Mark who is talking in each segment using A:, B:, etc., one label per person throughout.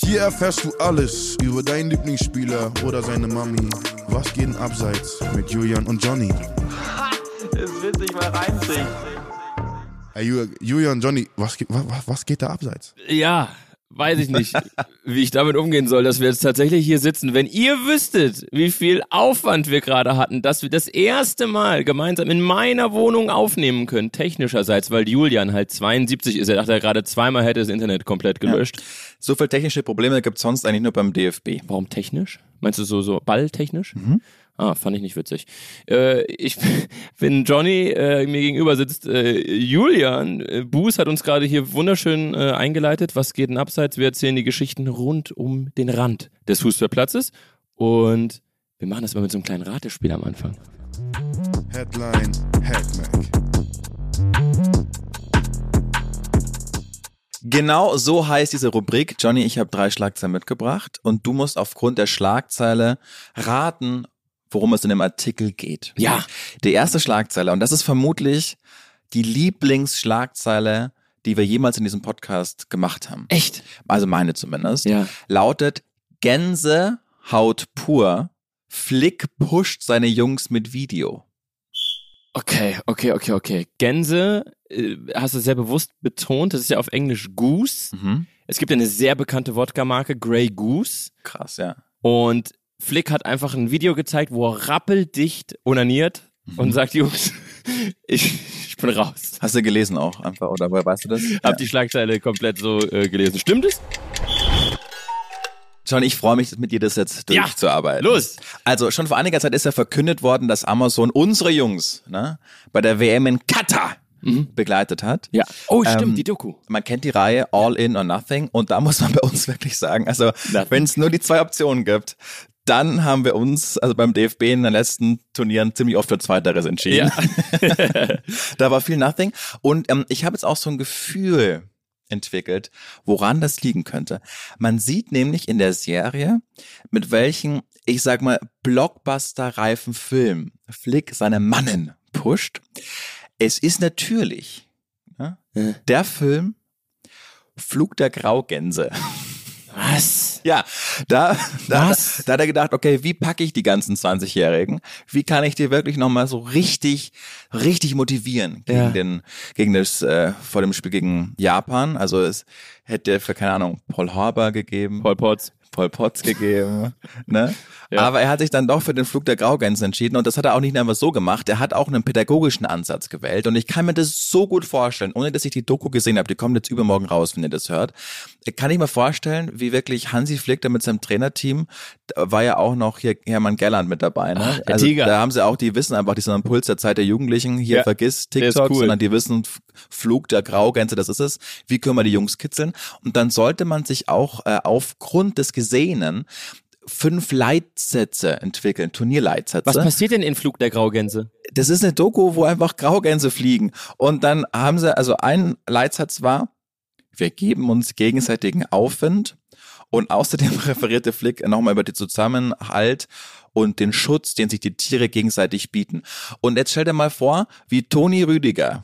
A: Hier erfährst du alles über deinen Lieblingsspieler oder seine Mami. Was geht denn abseits mit Julian und Johnny?
B: Es wird sich mal reinziehen.
A: Ey, Ju- Julian, Johnny, was, geht- wa- wa- was geht da abseits?
C: Ja, weiß ich nicht, wie ich damit umgehen soll, dass wir jetzt tatsächlich hier sitzen. Wenn ihr wüsstet, wie viel Aufwand wir gerade hatten, dass wir das erste Mal gemeinsam in meiner Wohnung aufnehmen können, technischerseits, weil Julian halt 72 ist. Er dachte er gerade zweimal hätte das Internet komplett gelöscht.
D: So viel technische Probleme gibt es sonst eigentlich nur beim DFB.
C: Warum technisch? Meinst du so, so balltechnisch? Ah, fand ich nicht witzig. Äh, ich bin Johnny, äh, mir gegenüber sitzt äh, Julian. Äh, Buß hat uns gerade hier wunderschön äh, eingeleitet. Was geht denn abseits? Wir erzählen die Geschichten rund um den Rand des Fußballplatzes. Und wir machen das mal mit so einem kleinen Ratespiel am Anfang.
A: Headline, Headmack.
D: Genau so heißt diese Rubrik. Johnny, ich habe drei Schlagzeilen mitgebracht und du musst aufgrund der Schlagzeile raten, worum es in dem Artikel geht.
C: Ja.
D: Die erste Schlagzeile, und das ist vermutlich die Lieblingsschlagzeile, die wir jemals in diesem Podcast gemacht haben.
C: Echt?
D: Also meine zumindest.
C: Ja.
D: Lautet Gänsehaut pur, Flick pusht seine Jungs mit Video.
C: Okay, okay, okay, okay. Gänse, äh, hast du sehr bewusst betont. Das ist ja auf Englisch Goose.
D: Mhm.
C: Es gibt ja eine sehr bekannte Wodka-Marke, Grey Goose.
D: Krass, ja.
C: Und Flick hat einfach ein Video gezeigt, wo er rappeldicht onaniert und sagt, Jungs, ich, ich bin raus.
D: Hast du gelesen auch einfach, oder woher weißt du das?
C: Hab die Schlagzeile komplett so äh, gelesen. Stimmt es?
D: John, ich freue mich, mit dir das jetzt
C: Ja,
D: durchzuarbeiten.
C: los.
D: Also schon vor einiger Zeit ist ja verkündet worden, dass Amazon unsere Jungs ne, bei der WM in Katar
C: Mhm.
D: begleitet hat.
C: Oh,
D: Ähm,
C: stimmt, die Doku.
D: Man kennt die Reihe All In or Nothing und da muss man bei uns wirklich sagen, also
C: Nothing.
D: wenn es nur die zwei Optionen gibt, dann haben wir uns also beim DFB in den letzten Turnieren ziemlich oft für Zweiteres entschieden. da war viel Nothing und ähm, ich habe jetzt auch so ein Gefühl entwickelt, woran das liegen könnte. Man sieht nämlich in der Serie, mit welchen, ich sag mal, Blockbuster-reifen Film Flick seine Mannen pusht. Es ist natürlich ne,
C: Äh.
D: der Film Flug der Graugänse.
C: Was?
D: Ja, da, da,
C: Was?
D: da, da hat er gedacht, okay, wie packe ich die ganzen 20-Jährigen? Wie kann ich die wirklich nochmal so richtig, richtig motivieren gegen
C: Ja.
D: den, gegen das, äh, vor dem Spiel gegen Japan? Also es hätte für, keine Ahnung, Paul Harbour gegeben.
C: Paul Potts.
D: Paul Potts gegeben. ne?
C: Ja.
D: Aber er hat sich dann doch für den Flug der Graugänse entschieden und das hat er auch nicht einfach so gemacht. Er hat auch einen pädagogischen Ansatz gewählt und ich kann mir das so gut vorstellen, ohne dass ich die Doku gesehen habe, die kommt jetzt übermorgen raus, wenn ihr das hört. Kann ich mir vorstellen, wie wirklich Hansi Flick da mit seinem Trainerteam, da war ja auch noch hier Hermann Gerland mit dabei. Ne?
C: Ah, der Tiger.
D: Da haben sie auch, die wissen einfach, die sind am Puls der Zeit der Jugendlichen, hier
C: Ja,
D: vergiss
C: der ist
D: TikTok,
C: cool.
D: sondern die wissen, F- Flug der Graugänse, das ist es. Wie können wir die Jungs kitzeln? Und dann sollte man sich auch äh, aufgrund des Gesehenen fünf Leitsätze entwickeln,
C: Was
D: Turnierleitsätze.
C: passiert denn in Flug der Graugänse?
D: Das ist eine Doku, wo einfach Graugänse fliegen. Und dann haben sie, also ein Leitsatz war, wir geben uns gegenseitigen Aufwind. Und außerdem referierte Flick nochmal über den Zusammenhalt und den Schutz, den sich die Tiere gegenseitig bieten. Und jetzt stell dir mal vor, wie Toni Rüdiger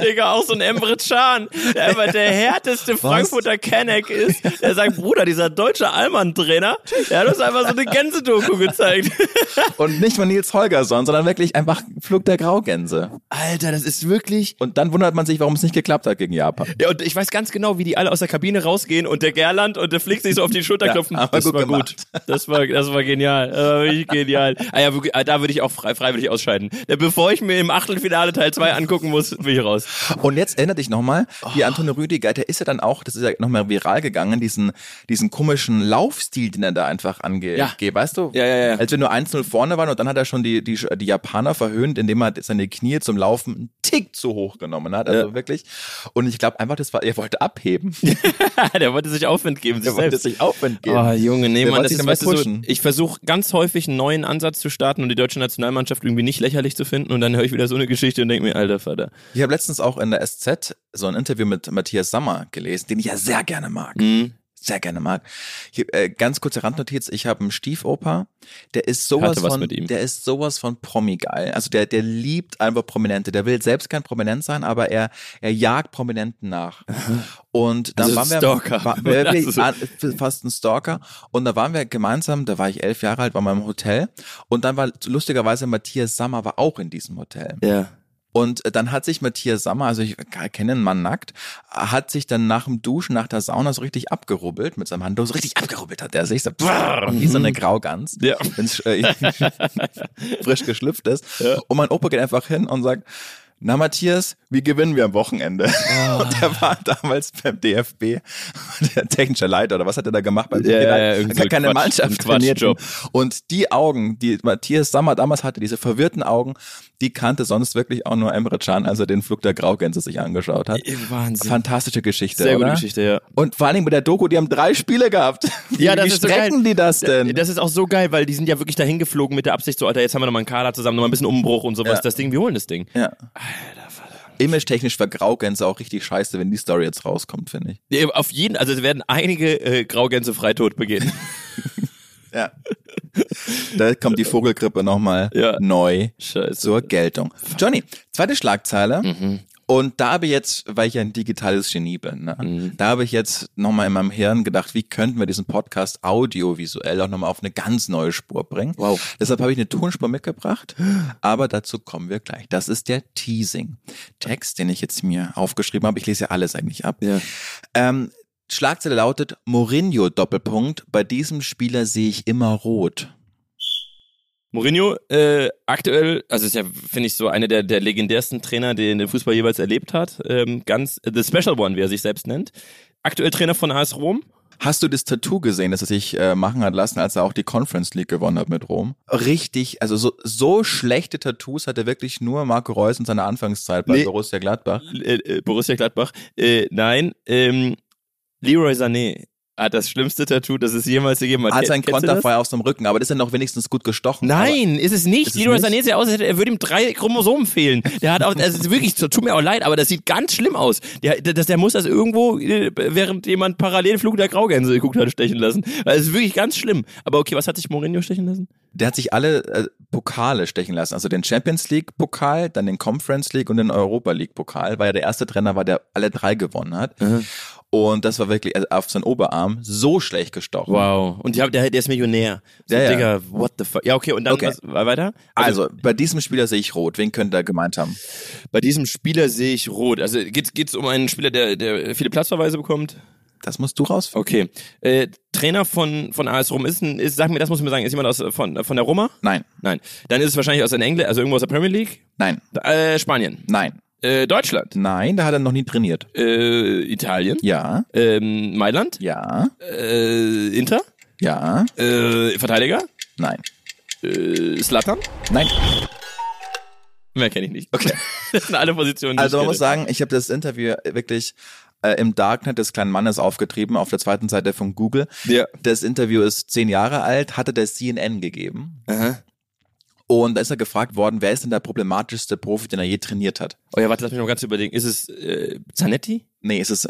C: Digga, auch so ein Emre Can, der einfach der härteste Frankfurter Kenneck ist. Der sagt, Bruder, dieser deutsche Allmann-Trainer, der hat uns einfach so eine Gänse-Doku gezeigt.
D: Und nicht von Nils Holgersson, sondern wirklich einfach Flug der Graugänse.
C: Alter, das ist wirklich
D: Und dann wundert man sich, warum es nicht geklappt hat gegen Japan.
C: Ja, und ich weiß ganz genau, wie die alle aus der Kabine rausgehen und der Gerland und der Flick sich so auf die Schulter
D: Ja,
C: klopfen.
D: aber
C: das
D: gut
C: war
D: gemacht.
C: gut. Das war, das war genial. Das war wirklich genial. Ah ja, wirklich, ah, da würde ich auch frei, freiwillig ausscheiden. Ja, Bevor ich mir im Achtelfinale Teil 2 angucken muss, bin ich raus.
D: Und jetzt erinnert dich nochmal, wie Antonio Rüdiger, der ist ja dann auch, das ist ja nochmal viral gegangen, diesen, diesen komischen Laufstil, den er da einfach angeht.
C: Ja.
D: Weißt du?
C: Ja, ja, ja.
D: Als wir nur 1-0 vorne waren und dann hat er schon die, die, die Japaner verhöhnt, indem er seine Knie zum Laufen einen Tick zu hoch genommen hat. Also wirklich. Und ich glaube einfach, das war, er wollte abheben.
C: der wollte sich Aufwind geben. Sich
D: Er wollte
C: selbst.
D: sich Aufwind geben.
C: Ah, Junge, nee,
D: Der
C: Mann,
D: wollte
C: das
D: sich
C: ist,
D: dann mal
C: weißt du, so,
D: pushen.
C: ich versuche ganz häufig einen neuen Ansatz zu starten und die deutsche Nationalmannschaft irgendwie nicht lächerlich zu finden und dann höre ich wieder so eine Geschichte und denke mir, alter Vater.
D: Ich habe letztens auch in der SZ so ein Interview mit Matthias Sammer gelesen, den ich ja sehr gerne mag. sehr gerne mag. Ich, äh, ganz kurze Randnotiz, ich habe einen Stiefoper, der ist sowas
C: Hatte was
D: von
C: mit ihm.
D: der ist sowas von Promi geil. Also der der liebt einfach Prominente, der will selbst kein Prominent sein, aber er er jagt Prominenten nach. Und
C: Also
D: dann waren wir
C: Stalker.
D: War, wir,
C: Das ist so-
D: an- fast ein Stalker und da waren wir gemeinsam, da war ich elf Jahre alt, waren wir im Hotel und dann war lustigerweise Matthias Sammer war auch in diesem Hotel.
C: Ja.
D: Und äh, dann hat sich Matthias Sammer, also ich kenne den Mann nackt, hat sich dann nach dem Duschen, nach der Sauna so richtig abgerubbelt mit seinem Handtuch, so richtig abgerubbelt hat er sich, so, brrr, wie so eine Graugans,
C: Mhm. Ja.
D: wenn's, äh, frisch geschlüpft ist. Und mein Opa geht einfach hin und sagt, na Matthias, wie gewinnen wir am Wochenende?
C: Ah.
D: Und der war damals beim DFB, der technische Leiter oder was hat er da gemacht? Beim
C: Ja,
D: DFB?
C: ja, ja, irgend so
D: Gar keine
C: Quatsch-
D: Mannschaft
C: ein
D: trainiert.
C: Quatschjob.
D: Und die Augen, die Matthias Sammer damals hatte, diese verwirrten Augen, die kannte sonst wirklich auch nur Emre Can, als er den Flug der Graugänse sich angeschaut hat.
C: Wahnsinn.
D: Fantastische Geschichte,
C: Sehr
D: oder?
C: gute Geschichte, ja.
D: Und vor allen Dingen mit der Doku, die haben drei Spiele gehabt. Wie,
C: Ja, das
D: wie
C: ist so geil.
D: strecken die das denn?
C: Das ist auch so geil, weil die sind ja wirklich dahin geflogen mit der Absicht, so, Alter, jetzt haben wir nochmal einen Kader zusammen, nochmal ein bisschen Umbruch und sowas.
D: Ja.
C: Das Ding, wir holen das Ding.
D: ja. Image-technisch war Graugänse auch richtig scheiße, wenn die Story jetzt rauskommt, finde ich.
C: Ja, Auf jeden, also es werden einige äh, Graugänse freitod begehen.
D: Ja. da kommt die Vogelgrippe nochmal
C: Ja.
D: neu
C: Scheiße. Mhm.
D: zur Geltung. Johnny, zweite Schlagzeile. Und da habe ich jetzt, weil ich ja ein digitales Genie bin, ne,
C: Mhm.
D: da habe ich jetzt nochmal in meinem Hirn gedacht, wie könnten wir diesen Podcast audiovisuell auch nochmal auf eine ganz neue Spur bringen. Wow. Deshalb habe ich eine Tonspur mitgebracht, aber dazu kommen wir gleich. Das ist der Teasing-Text, den ich jetzt mir aufgeschrieben habe. Ich lese ja alles eigentlich ab.
C: Ja.
D: Ähm, Schlagzeile lautet Mourinho Doppelpunkt. Bei diesem Spieler sehe ich immer rot.
C: Mourinho, äh, aktuell, also ist ja, finde ich, so einer der, der legendärsten Trainer, den der Fußball jeweils erlebt hat. Ähm, ganz, The Special One, wie er sich selbst nennt. Aktuell Trainer von AS Rom.
D: Hast du das Tattoo gesehen, das er sich äh, machen hat lassen, als er auch die Conference League gewonnen hat mit Rom? Richtig, also so, so schlechte Tattoos hatte wirklich nur Marco Reus in seiner Anfangszeit bei
C: Nee.
D: Borussia Gladbach.
C: äh, äh, Borussia Gladbach. Äh, nein, ähm, Leroy Sané hat das schlimmste Tattoo, das es jemals gegeben hat.
D: Hat sein
C: Ken- kennst du das?
D: Konterfei aus dem Rücken, aber das ist dann noch wenigstens gut gestochen.
C: Nein, ist es nicht.
D: Ist es
C: Leroy
D: nicht?
C: Sané sieht aus, als hätte- er würde ihm drei Chromosomen fehlen. Der hat auch, also es ist wirklich, so, tut mir auch leid, aber das sieht ganz schlimm aus. Der, der, das- der muss das irgendwo, äh, während jemand parallel Flug der Graugänse geguckt hat, stechen lassen. Also es ist wirklich ganz schlimm. Aber okay, was hat sich Mourinho stechen lassen?
D: Aber der hat sich alle äh, Pokale stechen lassen, also den Champions League Pokal, dann den Conference League und den Europa League Pokal, weil er der erste Trainer war, der alle drei gewonnen hat.
C: Mhm.
D: Und das war wirklich also auf seinen Oberarm so schlecht gestochen.
C: Wow. Und die haben- der, der ist Millionär. So,
D: Ja, ja.
C: Digga, what the fuck. Ja, okay, und dann
D: Okay.
C: Was, weiter?
D: Also, bei diesem Spieler sehe ich rot. Wen könnte er gemeint haben?
C: Bei diesem Spieler sehe ich rot. Also geht es um einen Spieler, der, der viele Platzverweise bekommt?
D: Das musst du rausfinden.
C: Okay. Äh, Trainer von, von AS Rom ist ein, ist, sag mir, das muss man sagen, ist jemand aus, äh, von, von der Roma?
D: Nein,
C: Nein. Dann ist es wahrscheinlich aus England, also irgendwo aus der Premier League.
D: nein,
C: Äh, Spanien.
D: nein,
C: Äh, Deutschland.
D: nein, da hat er noch nie trainiert.
C: Äh, Italien.
D: Ja,
C: Ähm, Mailand.
D: ja,
C: Äh, Inter.
D: ja,
C: Äh, Verteidiger.
D: nein,
C: Äh, Slattern.
D: nein.
C: Mehr kenne ich nicht. Okay. Das sind alle Positionen. die
D: Also
C: ich
D: man muss
C: kenne.
D: sagen, ich habe das Interview wirklich äh, im Darknet des kleinen Mannes aufgetrieben, auf der zweiten Seite von Google.
C: Ja.
D: Das Interview ist zehn Jahre alt, hatte der CNN gegeben.
C: Aha.
D: Und da ist er gefragt worden, wer ist denn der problematischste Profi, den er je trainiert hat?
C: Oh ja, warte, lass mich noch ganz überlegen. Ist es äh, Zanetti?
D: Nee, es ist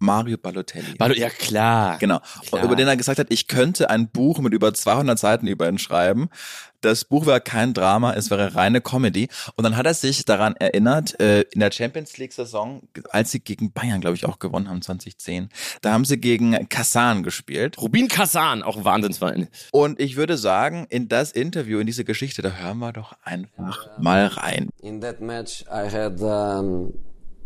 D: Mario Balotelli.
C: Ballo- ja klar.
D: Genau.
C: Klar.
D: Und über den er gesagt hat, ich könnte ein Buch mit über 200 Seiten über ihn schreiben. Das Buch wäre kein Drama, es wäre reine Comedy. Und dann hat er sich daran erinnert, äh, in der Champions League-Saison, als sie gegen Bayern, glaube ich, auch gewonnen haben, 2010, da haben sie gegen Kassan gespielt.
C: Rubin Kazan, auch ein Wahnsinnsverein.
D: Und ich würde sagen, in das Interview, in diese Geschichte, da hören wir doch einfach mal rein.
E: In that match, I had um,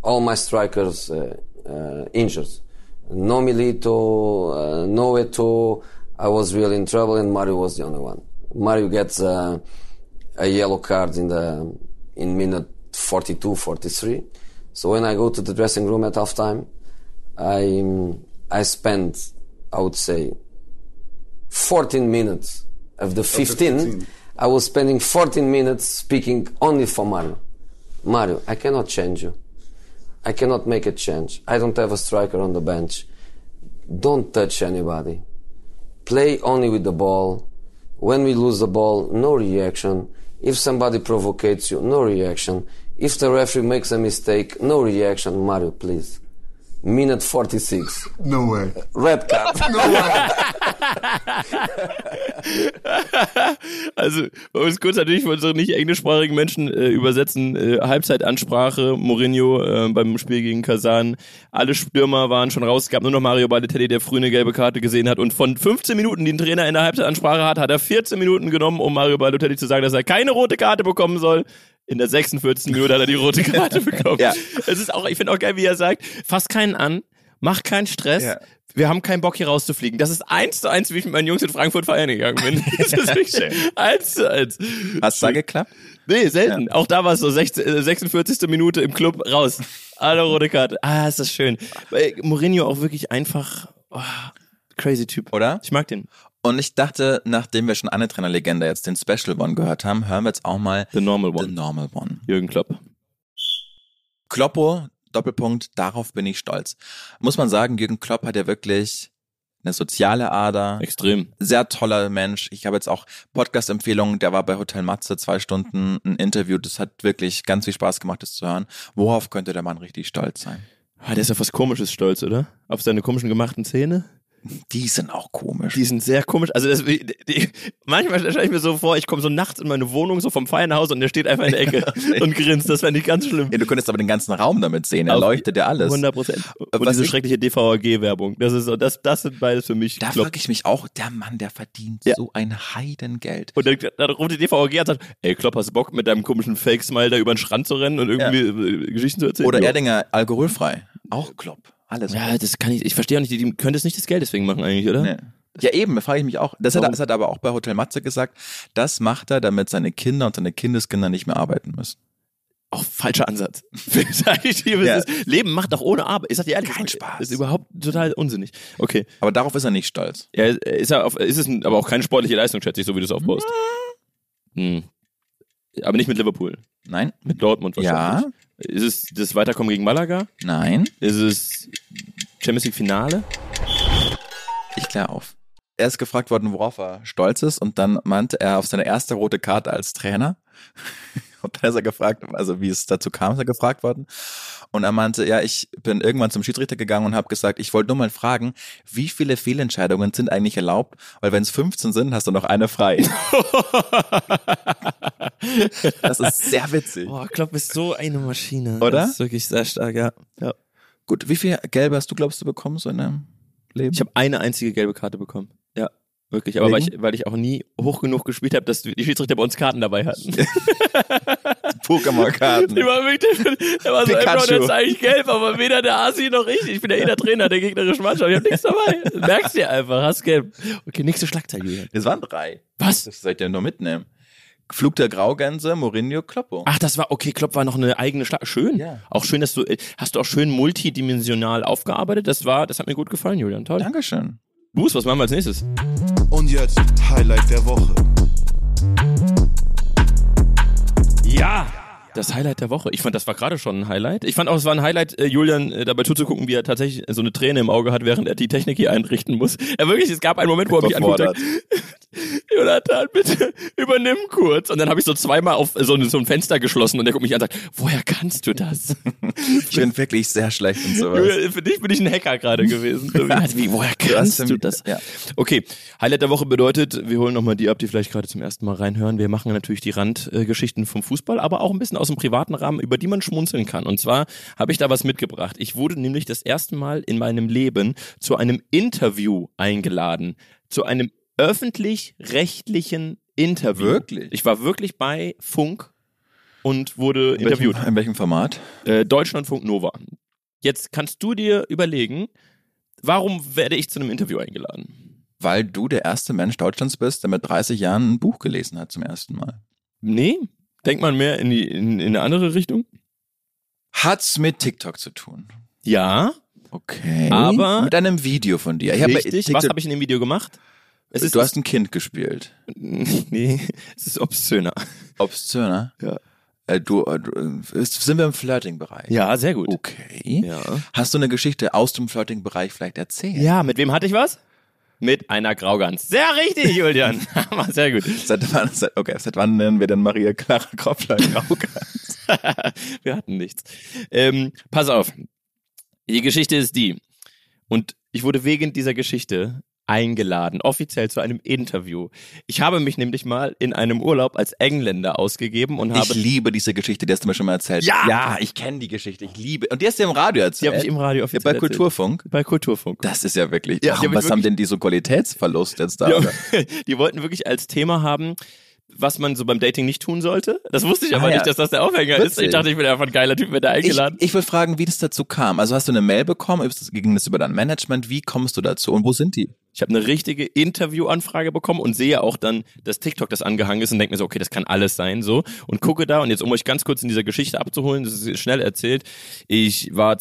E: all my strikers uh, uh, injured. No Milito, uh, no Eto. I was really in trouble, and Mario was the only one. Mario gets uh, a yellow card in the in minute 42, 43. So when I go to the dressing room at halftime, I um, I spend, I would say, 14 minutes of the 15, I was spending 14 minutes speaking only for Mario. Mario, I cannot change you. I cannot make a change. I don't have a striker on the bench. Don't touch anybody. Play only with the ball. When we lose the ball, no reaction. If somebody provocates you, no reaction. If the referee makes a mistake, no reaction. Mario, please. minute 46.
F: No way.
E: Red card.
C: Also, man muss kurz natürlich für unsere nicht englischsprachigen Menschen äh, übersetzen. Äh, Halbzeitansprache, Mourinho äh, beim Spiel gegen Kasan. Alle Stürmer waren schon raus. Es gab nur noch Mario Balotelli, der früh eine gelbe Karte gesehen hat. Und von 15 Minuten, die ein Trainer in der Halbzeitansprache hat, hat er 14 Minuten genommen, um Mario Balotelli zu sagen, dass er keine rote Karte bekommen soll. In der 46. Minute hat er die rote Karte bekommen.
D: Ja.
C: Es ist auch, ich finde auch geil, wie er sagt, fass keinen an, mach keinen Stress.
D: Ja.
C: Wir haben keinen Bock hier rauszufliegen. Das ist eins zu eins, wie ich mit meinen Jungs in Frankfurt feiern gegangen bin. Das ist wirklich eins zu eins.
D: Hast du da geklappt?
C: Nee, selten. Auch da war es so 16, äh, 46. Minute im Club raus. Alle rote Karte. Ah, ist das schön. Weil Mourinho auch wirklich einfach oh, crazy Typ.
D: Oder?
C: Ich mag den.
D: Und ich dachte, nachdem wir schon eine Trainerlegende jetzt den Special One gehört haben, hören wir jetzt auch mal
C: The normal
D: The
C: one.
D: Normal One.
C: Jürgen Klopp.
D: Kloppo, Doppelpunkt, darauf bin ich stolz. Muss man sagen, Jürgen Klopp hat ja wirklich eine soziale Ader,
C: Extrem.
D: sehr toller Mensch. Ich habe jetzt auch Podcast-Empfehlungen, der war bei Hotel Matze zwei Stunden, ein Interview, das hat wirklich ganz viel Spaß gemacht, das zu hören. Worauf könnte der Mann richtig stolz sein?
C: Ah, der ist auf was komisches stolz, oder? Auf seine komischen gemachten Zähne?
D: Die sind auch komisch.
C: Die sind sehr komisch. Also das, die, die, manchmal stelle ich mir so vor, ich komme so nachts in meine Wohnung, so vom feinen Haus und der steht einfach in der Ecke und grinst. Das fände ich ganz schlimm.
D: ja, du könntest aber den ganzen Raum damit sehen, er
C: Auf-
D: leuchtet ja alles. Äh,
C: 100 Prozent. Und
D: Was
C: diese
D: ich-
C: schreckliche DVAG-Werbung. Das, ist so- das, das sind beides für mich
D: Da
C: Klopp.
D: frage ich mich auch, der Mann, der verdient
C: Ja.
D: so ein Heidengeld.
C: Und dann, dann ruft die DVG und sagt, ey Klopp, hast du Bock, mit deinem komischen Fake-Smile da über den Strand zu rennen und irgendwie äh, Geschichten zu erzählen?
D: Oder
C: Jo.
D: Erdinger, alkoholfrei. Auch Klopp. Alles.
C: Ja, das kann ich, ich verstehe auch nicht, die, die können das nicht das Geld deswegen machen eigentlich, oder?
D: Nee. Ja, eben, da frage ich mich auch. Das hat, er,
C: ne? Warum?
D: das hat er aber auch bei Hotel Matze gesagt. Das macht er, damit seine Kinder und seine Kindeskinder nicht mehr arbeiten müssen.
C: Auch falscher Ansatz. Sag ich dir,
D: Ja.
C: das Leben macht auch ohne Arbeit. Ich sag dir ehrlich,
D: Kein
C: das ist-
D: Spaß.
C: Das ist überhaupt total unsinnig. Okay.
D: Aber darauf ist er nicht stolz.
C: Ja, ist, ja auf, ist es ein, aber auch keine sportliche Leistung, schätze ich, so wie du es aufbaust. Hm. Aber nicht mit Liverpool.
D: Nein,
C: Mit Dortmund wahrscheinlich.
D: Ja.
C: Ist es das Weiterkommen gegen Malaga?
D: nein.
C: Ist es Champions League Finale?
D: Ich klär auf. Er ist gefragt worden, worauf er stolz ist, und dann meinte er auf seine erste rote Karte als Trainer. Und dann ist er gefragt, also wie es dazu kam, ist er gefragt worden. Und er meinte, ja, ich bin irgendwann zum Schiedsrichter gegangen und habe gesagt, ich wollte nur mal fragen, wie viele Fehlentscheidungen sind eigentlich erlaubt? Weil wenn es 15 sind, hast du noch eine frei. das ist sehr witzig.
C: Boah, Klopp ist so eine Maschine.
D: Oder?
C: Das ist wirklich sehr stark, ja. ja.
D: Gut, wie viel Gelbe hast du, glaubst du, bekommen so in deinem Leben?
C: Ich habe eine einzige gelbe Karte bekommen. Ja, wirklich. Aber weil ich, weil ich auch nie hoch genug gespielt habe, dass die Schiedsrichter bei uns Karten dabei hatten.
D: Pokémon-Karten.
C: Die war wirklich, der war so, ey, Bro,
D: Pikachu.
C: der ist eigentlich gelb, aber weder der Asi noch ich. Ich bin ja eh der Trainer der gegnerischen Mannschaft. Ich hab nichts dabei. Merkst dir einfach, hast gelb. Okay, nächste Schlagzeile, Julian.
D: Es waren drei.
C: Was?
D: Das seid ihr nur mitnehmen. Flug der Graugänse, Mourinho, Kloppo.
C: Ach, das war, okay, Klopp war noch eine eigene Schlag. Schön.
D: Ja.
C: Auch schön, dass du, äh, hast du auch schön multidimensional aufgearbeitet. Das war, das hat mir gut gefallen, Julian. Toll.
D: Dankeschön.
C: Bruce, was machen wir als nächstes?
A: Und jetzt Highlight der Woche.
C: Ja! Das Highlight der Woche. Ich fand, das war gerade schon ein Highlight. Ich fand auch, es war ein Highlight, äh, Julian äh, dabei zuzugucken, wie er tatsächlich so eine Träne im Auge hat, während er die Technik hier einrichten muss. Er wirklich, es gab einen Moment, wo er mich anguckt und sagt, Jonathan, bitte übernimm kurz. Und dann habe ich so zweimal auf so, ein- so ein Fenster geschlossen und er guckt mich an und sagt, woher kannst du das?
D: Ich bin wirklich sehr schlecht und sowas.
C: Julian, Für dich bin ich ein Hacker gerade gewesen. Wie, woher kannst
D: hast
C: du
D: mich-
C: das?
D: ja.
C: Okay, Highlight der Woche bedeutet, wir holen nochmal die ab, die vielleicht gerade zum ersten Mal reinhören. Wir machen natürlich die Randgeschichten vom Fußball, aber auch ein bisschen aus dem privaten Rahmen, über die man schmunzeln kann. Und zwar habe ich da was mitgebracht. Ich wurde nämlich das erste Mal in meinem Leben zu einem Interview eingeladen. Zu einem öffentlich-rechtlichen Interview.
D: Wirklich?
C: Ich war wirklich bei Funk und wurde
D: In welchem,
C: interviewt.
D: in welchem Format?
C: Äh, Deutschlandfunk Nova. Jetzt kannst du dir überlegen, warum werde ich zu einem Interview eingeladen?
D: Weil du der erste Mensch Deutschlands bist, der mit 30 Jahren ein Buch gelesen hat zum ersten Mal.
C: Nee, denkt man mehr in, die, in, in eine andere Richtung?
D: Hat's mit TikTok zu tun.
C: Ja,
D: Okay.
C: Aber-
D: mit einem Video von dir. Ich hab bei
C: richtig.
D: TikTok-
C: Was habe ich in dem Video gemacht? Es ist
D: du hast ein Kind gespielt.
C: nee, es ist obszöner.
D: Obszöner.
C: Ja.
D: Äh, du, äh, du, äh, sind wir im Flirting-Bereich?
C: Ja, sehr gut.
D: Okay.
C: Ja.
D: Hast du eine Geschichte aus dem Flirting-Bereich vielleicht erzählt?
C: Ja, mit wem hatte ich was? Mit einer Graugans. Sehr richtig, Julian. sehr gut.
D: Seit wann, seit, okay, seit wann nennen wir denn Maria Clara Koppler Grauke?
C: Wir hatten nichts. Ähm, pass auf. Die Geschichte ist die. Und ich wurde wegen dieser Geschichte eingeladen, offiziell zu einem Interview. Ich habe mich nämlich mal in einem Urlaub als Engländer ausgegeben und
D: Ich
C: habe...
D: liebe diese Geschichte, die hast du mir schon mal erzählt.
C: Ja!
D: ja ich kenne die Geschichte. Ich liebe. Und die hast du im Radio
C: Die
D: erzählt.
C: habe ich im Radio offiziell
D: Bei
C: erzählt.
D: Kulturfunk.
C: Bei Kulturfunk.
D: Das ist ja wirklich.
C: Ja, die
D: ach,
C: hab ich
D: was haben
C: wirklich-
D: denn die so Qualitätsverlust jetzt da?
C: Die,
D: oder?
C: haben- die wollten wirklich als Thema haben, was man so beim Dating nicht tun sollte. Das wusste ich
D: Ah,
C: aber
D: ja.
C: nicht, dass das der Aufhänger ist. Ich
D: Witzig.
C: dachte, ich bin einfach ein geiler Typ, wenn da
D: Ich,
C: eingeladen.
D: ich würde fragen, wie das dazu kam. Also hast du eine Mail bekommen, ist das- ging das über dein Management? Wie kommst du dazu und wo sind die?
C: Ich habe eine richtige Interviewanfrage bekommen und sehe auch dann das TikTok, das angehangen ist und denke mir so, okay, das kann alles sein, so. Und gucke da und jetzt, um euch ganz kurz in dieser Geschichte abzuholen, das ist schnell erzählt. Ich war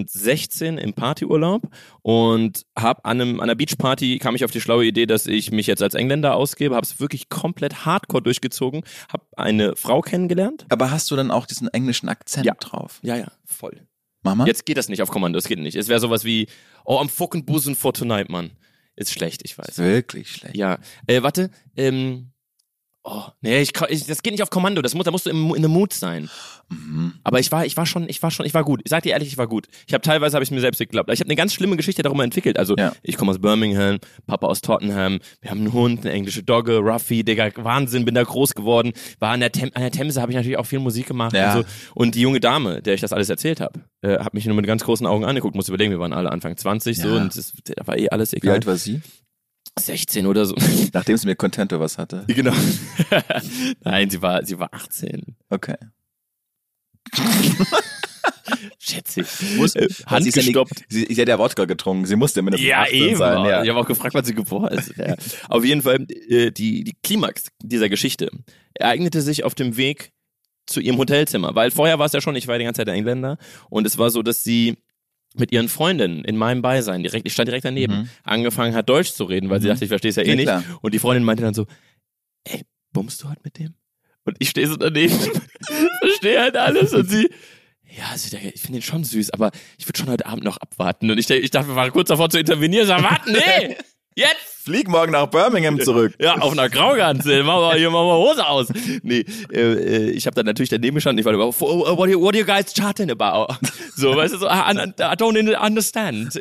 C: 2016 im Partyurlaub und habe an, einem, an einer Beachparty, kam ich auf die schlaue Idee, dass ich mich jetzt als Engländer ausgebe, habe es wirklich komplett hardcore durchgezogen, habe eine Frau kennengelernt.
D: Aber hast du dann auch diesen englischen Akzent
C: Ja.
D: drauf?
C: Ja, ja, voll.
D: Mama?
C: Jetzt geht das nicht auf Kommando, das geht nicht. Es wäre sowas wie, oh, am fucking Busen for tonight, Mann. Ist schlecht, ich weiß.
D: Ist wirklich schlecht.
C: Ja, äh, warte, ähm, oh, nee, ich, ka- ich, das geht nicht auf Kommando, das muss, da musst du im, in dem Mut sein.
D: Hm.
C: Aber ich war, ich war schon, ich war schon, ich war gut. Ich sag dir ehrlich, ich war gut. Ich habe teilweise habe ich mir selbst geglaubt. Ich habe eine ganz schlimme Geschichte darüber entwickelt. Also
D: Ja.
C: ich komme aus Birmingham, Papa aus Tottenham, wir haben einen Hund, eine englische Dogge, Ruffy, Digga, Wahnsinn, bin da groß geworden. War an der, Them an der Themse, habe ich natürlich auch viel Musik gemacht.
D: Ja.
C: Und, so. und die junge Dame, der ich das alles erzählt habe, äh, hat mich nur mit ganz großen Augen angeguckt. Muss überlegen, wir waren alle Anfang 20 so
D: Ja.
C: und es war eh alles
D: Wie
C: egal.
D: alt war sie?
C: 16 oder so.
D: Nachdem sie mir Contento was hatte.
C: Genau. Nein, sie war, sie war 18.
D: Okay.
C: Schätze ich.
D: Muss,
C: Äh, Hand
D: sie ist ja nicht-
C: gestoppt.
D: Sie, sie hat ja Wodka getrunken, sie musste mindestens
C: Ja,
D: 18
C: eben.
D: sein. Ja.
C: Ich habe auch gefragt, wann sie geboren ist. Ja. auf jeden Fall, äh, die, die Klimax dieser Geschichte ereignete sich auf dem Weg zu ihrem Hotelzimmer. Weil vorher war es ja schon, ich war die ganze Zeit der Engländer. Und es war so, dass sie mit ihren Freundinnen in meinem Beisein, direkt, ich stand direkt daneben, angefangen hat, Deutsch zu reden, weil sie dachte, ich verstehe es ja eh
D: Ja,
C: nicht.
D: klar.
C: Und die Freundin meinte dann so, ey, bummst du halt mit dem? Und ich stehe so daneben, verstehe halt alles und sie, ja, also ich finde den schon süß, aber ich würde schon heute Abend noch abwarten. Und ich, denk- ich dachte, wir waren kurz davor zu intervenieren, sag, warten, nee, jetzt!
D: Flieg morgen nach Birmingham zurück.
C: Ja, auf einer Graugans, machen wir hier machen wir Hose aus. Nee, äh, äh, ich habe dann natürlich daneben gestanden, ich war überhaupt, oh, what are you, what are you guys chatting about? So, weißt du, so, I, I don't understand.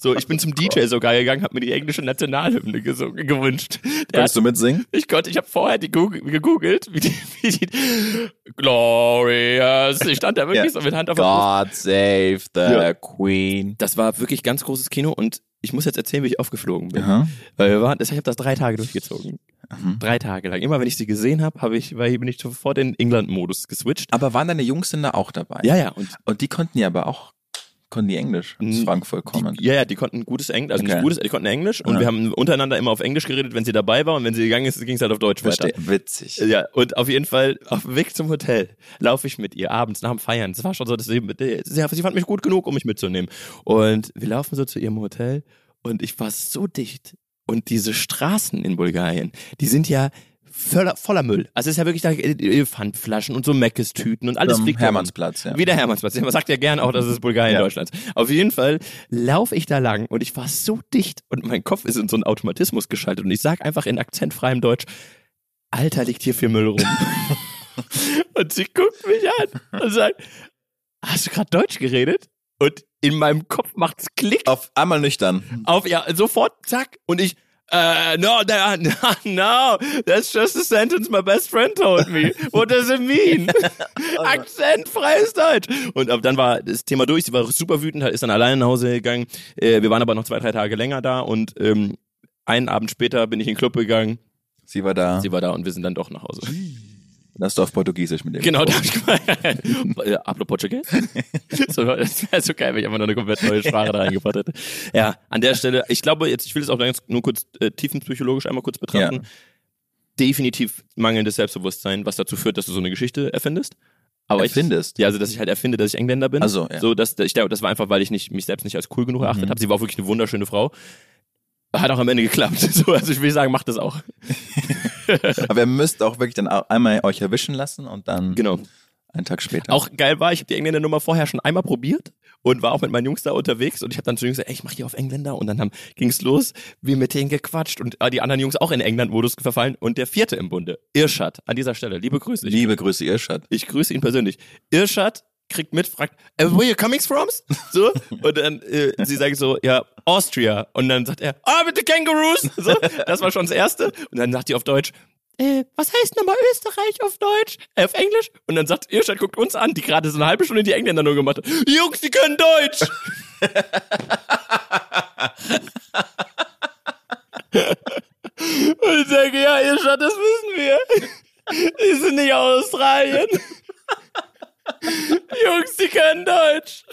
C: So, ich bin zum
D: Oh
C: DJ sogar gegangen, habe mir die englische Nationalhymne gesungen, gewünscht. Der hat-
D: Kannst du mitsingen?
C: ich konnte, ich habe vorher die Google, gegoogelt, wie die, wie die Glorious. Ich stand da wirklich so
D: Ja.
C: mit Hand auf der Brust.
D: God save the
C: Ja.
D: Queen.
C: Das war wirklich ganz großes Kino und ich muss jetzt erzählen, wie ich aufgeflogen bin.
D: Aha.
C: Weil wir waren, ich habe das drei Tage durchgezogen.
D: Mhm.
C: Drei Tage lang. Immer wenn ich sie gesehen habe, habe ich, weil bin ich sofort in England-Modus geswitcht.
D: Aber waren deine Jungs denn da auch dabei?
C: Ja, ja. Und
D: Und die konnten ja aber auch, konnten die Englisch aus
C: Mm,
D: Frankfurt kommen.
C: Ja, ja, die konnten gutes Englisch, also nicht
D: Okay.
C: gutes, die konnten Englisch und
D: Ja.
C: wir haben untereinander immer auf Englisch geredet, wenn sie dabei war und wenn sie gegangen ist, ging es halt auf Deutsch
D: Verstehe. Äh,
C: weiter.
D: Witzig.
C: Ja, und auf jeden Fall auf dem Weg zum Hotel laufe ich mit ihr abends nach dem Feiern. Es war schon so, dass sie, mit, sie, sie fand mich gut genug, um mich mitzunehmen. Und wir laufen so zu ihrem Hotel und ich war so dicht. Und diese Straßen in Bulgarien, die sind ja voller, voller Müll. Also es ist ja wirklich da äh, Pfandflaschen und so Meckes-Tüten und alles
D: Am
C: fliegt da rum.
D: Hermannsplatz, ja.
C: Wie der Hermannsplatz. Man sagt ja gern auch, das ist Bulgarien
D: Ja.
C: Deutschlands. Auf jeden Fall laufe ich da lang und ich war so dicht und mein Kopf ist in so einen Automatismus geschaltet und ich sag einfach in akzentfreiem Deutsch, Alter, liegt hier viel Müll rum. und sie guckt mich an und sagt, hast du gerade Deutsch geredet? Und in meinem Kopf macht's Klick
D: Auf einmal nüchtern.
C: auf, ja, sofort, zack, und ich, äh, no, no, no, that's just a sentence my best friend told me. What does it mean? Akzentfreies Deutsch. Und ab dann war das Thema durch, sie war super wütend, ist dann alleine nach Hause gegangen. Äh, wir waren aber noch zwei, drei Tage länger da und ähm, einen Abend später bin ich in den Club gegangen,
D: Sie war da.
C: sie war da und wir sind dann doch nach Hause.
D: Dann hast du auf Portugiesisch mit ihr
C: Genau, da
D: gesprochen.
C: hab ich gemeint. Äh, Apropos Portugies. so, das wäre so geil, wenn ich einfach noch eine komplett neue Sprache da reingebracht hätte. Ja, an der Stelle, ich glaube jetzt, ich will das auch ganz nur kurz äh, tiefenpsychologisch einmal kurz betrachten. Definitiv mangelndes Selbstbewusstsein, was dazu führt, dass du so eine Geschichte erfindest. Aber
D: Erfindest?
C: Ich, ja, also dass ich halt erfinde, dass ich Engländer bin.
D: Ach so, ja. Mhm.
C: so dass, ich glaube, das war einfach, weil ich nicht, mich selbst nicht als cool genug erachtet habe. Sie war auch wirklich eine wunderschöne Frau. Hat auch am Ende geklappt. So, also ich will sagen, macht das auch.
D: Aber ihr müsst auch wirklich dann auch einmal euch erwischen lassen und dann
C: Genau.
D: einen Tag später.
C: Auch geil war, ich habe die Engländer Nummer vorher schon einmal probiert und war auch mit meinen Jungs da unterwegs und ich habe dann zu den Jungs gesagt, ey, ich mache hier auf Engländer und dann haben, ging's los, wir mit denen gequatscht und äh, die anderen Jungs auch in England-Modus verfallen und der vierte im Bunde, Irschat, an dieser Stelle, liebe Grüße. Ich,
D: Liebe Grüße, Irschat.
C: ich grüße ihn persönlich. Irschat kriegt mit, fragt, "Äh, where you coming from? So, und dann, äh, sie sagt so, ja, Austria. Und dann sagt er, ah, bitte Kangaroos. So, das war schon das Erste. Und dann sagt die auf Deutsch, äh, was heißt nochmal Österreich auf Deutsch? Äh, auf Englisch? Und dann sagt Irstadt, guckt uns an, die gerade so eine halbe Stunde die Engländer nur gemacht hat. Jungs, die können Deutsch! Und ich sage, ja, Irstadt, das wissen wir. Die sind nicht aus Australien. Jungs, die können Deutsch.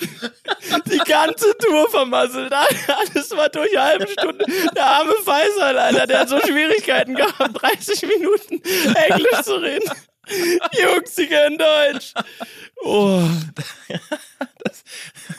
C: Die ganze Tour vermasselt. Alles war durch eine halbe Stunde. Der arme Faisal, Alter, der hat so Schwierigkeiten gehabt, 30 Minuten Englisch zu reden. Jungs, die können Deutsch. Oh.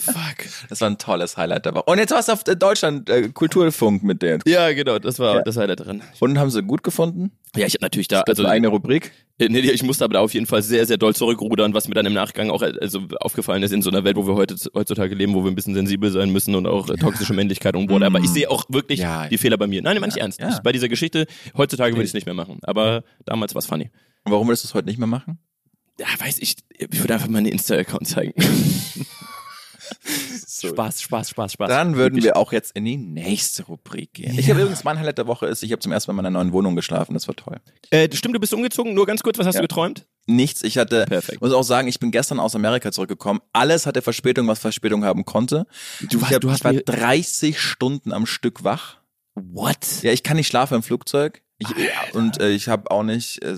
C: Fuck.
D: Das war ein tolles Highlight dabei. Und jetzt warst du auf äh, Deutschland äh, Kulturfunk mit denen.
C: Ja, genau, das war, das war da drin.
D: Und haben sie gut gefunden?
C: Ja, ich habe natürlich da,
D: Also
C: also,
D: eine eigene Rubrik.
C: Äh, Nee, ich musste aber da auf jeden Fall sehr, sehr doll zurückrudern, was mir dann im Nachgang auch äh, also aufgefallen ist in so einer Welt, wo wir heute, heutzutage leben, wo wir ein bisschen sensibel sein müssen und auch äh, toxische Männlichkeit und whatever. Aber ich sehe auch wirklich
D: Ja.
C: die Fehler bei mir. Nein, meine ich ernst.
D: ja.
C: Ich, bei dieser Geschichte, heutzutage würde ich es nicht mehr machen. Aber damals war es funny.
D: Und Warum würdest du es heute nicht mehr machen?
C: Ja, weiß ich, ich würde einfach meinen Insta-Account zeigen. Spaß, Spaß, Spaß, Spaß.
D: Dann würden wir auch jetzt in die nächste Rubrik gehen. Ich habe übrigens mein Highlight der Woche ist, ich habe zum ersten Mal in meiner neuen Wohnung geschlafen. Das war toll.
C: Äh, stimmt, du bist umgezogen. Nur ganz kurz, was hast
D: Ja.
C: du geträumt?
D: Nichts. Ich hatte,
C: Perfekt.
D: muss auch sagen, ich bin gestern aus Amerika zurückgekommen. Alles hatte Verspätung, was Verspätung haben konnte. Du, ich
C: hast-
D: hab,
C: du hast
D: ich war
C: mir-
D: 30 Stunden am Stück wach.
C: What?
D: Ja, ich kann nicht schlafen im Flugzeug. Ich, und äh, ich habe auch nicht, äh,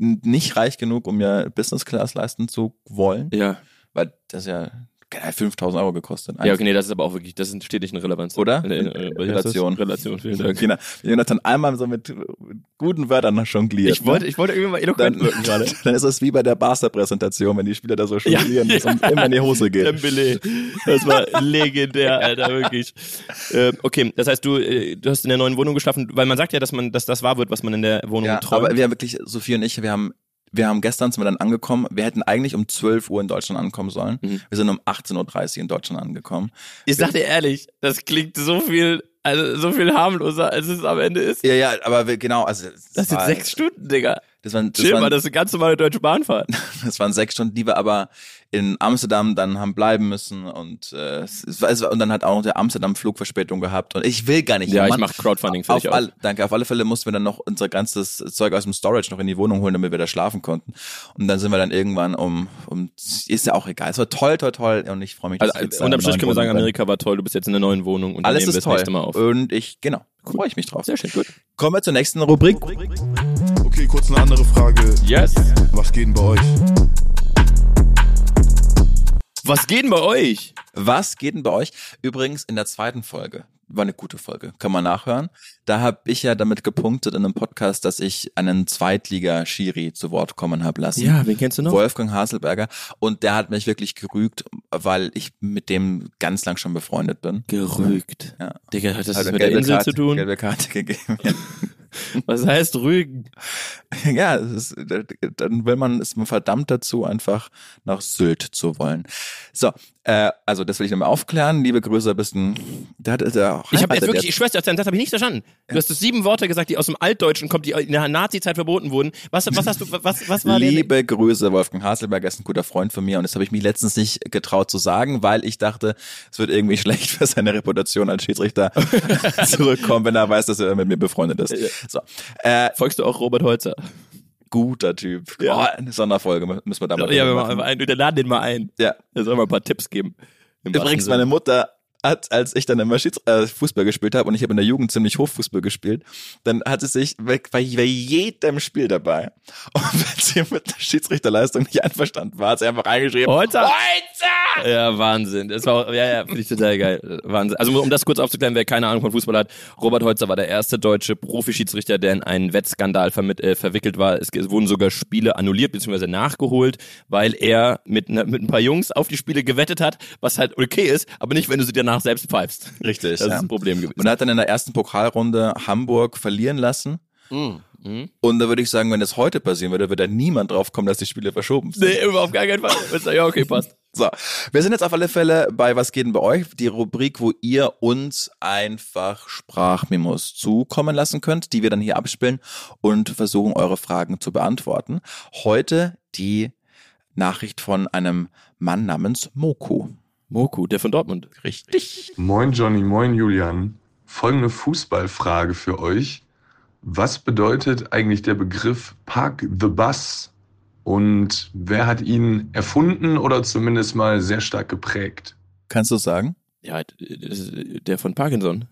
D: n- nicht reich genug, um mir Business Class leisten zu wollen.
C: Ja.
D: Weil das ja, keine Ahnung, 5000 Euro gekostet.
C: Ja, okay, nee, das ist aber auch wirklich, das ist- steht nicht in Relevanz.
D: Oder?
C: In, in, in,
D: Relation.
C: Relation, vielen Dank.
D: Genau. Jonathan einmal so mit, mit guten Wörtern noch jongliert.
C: Ich wollte,
D: ne?
C: ich wollte irgendwie mal eloquent
D: dann,
C: wirken gerade.
D: dann ist es wie bei der Barca-Präsentation, wenn die Spieler da so jonglieren, dass es immer in die Hose geht.
C: Dembele. Das war legendär, Alter, wirklich. Äh, okay, das heißt, du, äh, du hast in der neuen Wohnung geschlafen, weil man sagt ja, dass man, dass das wahr wird, was man in der Wohnung
D: Ja,
C: träumt.
D: aber wir haben wirklich, Sophie und ich, wir haben, wir haben gestern sind wir dann angekommen. Wir hätten eigentlich um 12 Uhr in Deutschland ankommen sollen.
C: Mhm.
D: Wir sind um 18.30 Uhr in Deutschland angekommen.
C: ich sag dir ehrlich, das klingt so viel, also so viel harmloser, als es am Ende ist.
D: Ja, ja, aber wir, genau, also.
C: Das sind sechs Stunden, Digga.
D: Das waren, das,
C: Chill mal,
D: waren,
C: das ist eine ganz normale deutsche Bahnfahrt.
D: das waren sechs Stunden, die wir aber in Amsterdam dann haben bleiben müssen und äh, es es war, es war, und dann hat auch noch der Amsterdam-Flug Verspätung gehabt und ich will gar nicht.
C: Ja, ich
D: jammern.
C: mach Crowdfunding für
D: auf
C: dich auch.
D: alle, Danke, auf alle Fälle mussten wir dann noch unser ganzes Zeug aus dem Storage noch in die Wohnung holen, damit wir da schlafen konnten und dann sind wir dann irgendwann um, um ist ja auch egal, es war toll, toll, toll und ich freue mich. dass
C: Also,
D: ich jetzt in
C: unterm
D: einer
C: Strich
D: neuen
C: können wir sagen,
D: Wohnung bin.
C: Amerika war toll, du bist jetzt in der neuen Wohnung und
D: Alles
C: dann nehmen wir
D: ist
C: das nächste Mal
D: toll
C: auf.
D: und ich, genau, freue ich mich drauf.
C: Sehr schön, gut.
D: Kommen wir zur nächsten Rubrik.
A: Okay, kurz eine andere Frage.
C: Yes.
A: Was geht denn bei euch?
C: Was geht denn bei euch?
D: Was geht denn bei euch? Übrigens in der zweiten Folge. War eine gute Folge, kann man nachhören. Da habe ich ja damit gepunktet in einem Podcast, dass ich einen Zweitliga-Schiri zu Wort kommen habe lassen.
C: wen kennst du
D: Wolfgang Haselberger. Und der hat mich wirklich gerügt, weil ich mit dem ganz lang schon befreundet bin.
C: Gerügt.
D: Ja.
C: Digga, hat das
D: Hat eine
C: mit der
D: gelbe
C: Insel
D: Karte,
C: zu tun?
D: Gelbe Karte gegeben. Ja,
C: Was heißt rügen?
D: ja es ist, dann will man, ist man verdammt dazu, einfach nach Sylt zu wollen. So, äh, also das will ich nochmal aufklären. Liebe Grüße, bist ein, der hat, der
C: Ich habe
D: heiratet
C: jetzt wirklich, ich schwör's dir, das habe ich nicht verstanden. Du hast jetzt sieben Worte gesagt, die aus dem Altdeutschen kommen, die in der Nazi-Zeit verboten wurden. Was, was hast du, was, was war der?
D: Liebe Grüße, Wolfgang Haselberger ist ein guter Freund von mir und das habe ich mich letztens nicht getraut zu sagen, weil ich dachte, es wird irgendwie schlecht für seine Reputation als Schiedsrichter zurückkommen, wenn er weiß, dass er mit mir befreundet ist. So, äh,
C: Folgst du auch Robert Holzer?
D: guter Typ.
C: Ja.
D: Oh, eine Sonderfolge mü- müssen wir da mal
C: Ja, wir
D: drüber
C: machen
D: machen.
C: mal einen, wir laden den mal ein.
D: Ja.
C: Der soll mal ein paar Tipps geben. Im
D: Übrigens,
C: wahrsten
D: meine Mutter hat, als ich dann immer Schieds äh, Fußball gespielt habe und ich habe in der Jugend ziemlich Hochfußball gespielt, dann hat sie sich weg bei bei jedem Spiel dabei. Und wenn sie mit der Schiedsrichterleistung nicht einverstanden war, hat sie einfach reingeschrieben,
C: Sinne. Holzer! Holzer! Ja, Wahnsinn. Das war, ja, ja, finde ich total geil. Wahnsinn. Also, um das kurz aufzuklären, wer keine Ahnung von Fußball hat, Robert Holzer war der erste deutsche Profischiedsrichter, der in einen Wettskandal vermit, äh, verwickelt war. Es, es wurden sogar Spiele annulliert bzw. nachgeholt, weil er mit, ne, mit ein paar Jungs auf die Spiele gewettet hat, was halt okay ist, aber nicht, wenn du sie danach selbst pfeifst.
D: Richtig,
C: Das
D: ja.
C: ist ein Problem gewesen.
D: Und er hat dann in der ersten Pokalrunde Hamburg verlieren lassen.
C: Mhm.
D: Und da würde ich sagen, wenn das heute passieren würde, würde da niemand drauf kommen, dass die Spiele verschoben sind.
C: Nee, überhaupt gar keinen Fall. Ich sag, Ja, okay, passt.
D: So, wir sind jetzt auf alle Fälle bei Was geht denn bei euch? Die Rubrik, wo ihr uns einfach Sprachmemos zukommen lassen könnt, die wir dann hier abspielen und versuchen, eure Fragen zu beantworten. Heute die Nachricht von einem Mann namens Moku.
C: Moku, der von Dortmund.
D: Richtig.
F: Moin Johnny, moin Julian. Folgende Fußballfrage für euch. Was bedeutet eigentlich der Begriff Park the Bus? Und wer hat ihn erfunden oder zumindest mal sehr stark geprägt?
D: Kannst du es sagen?
C: Ja, das ist äh, der von Parkinson.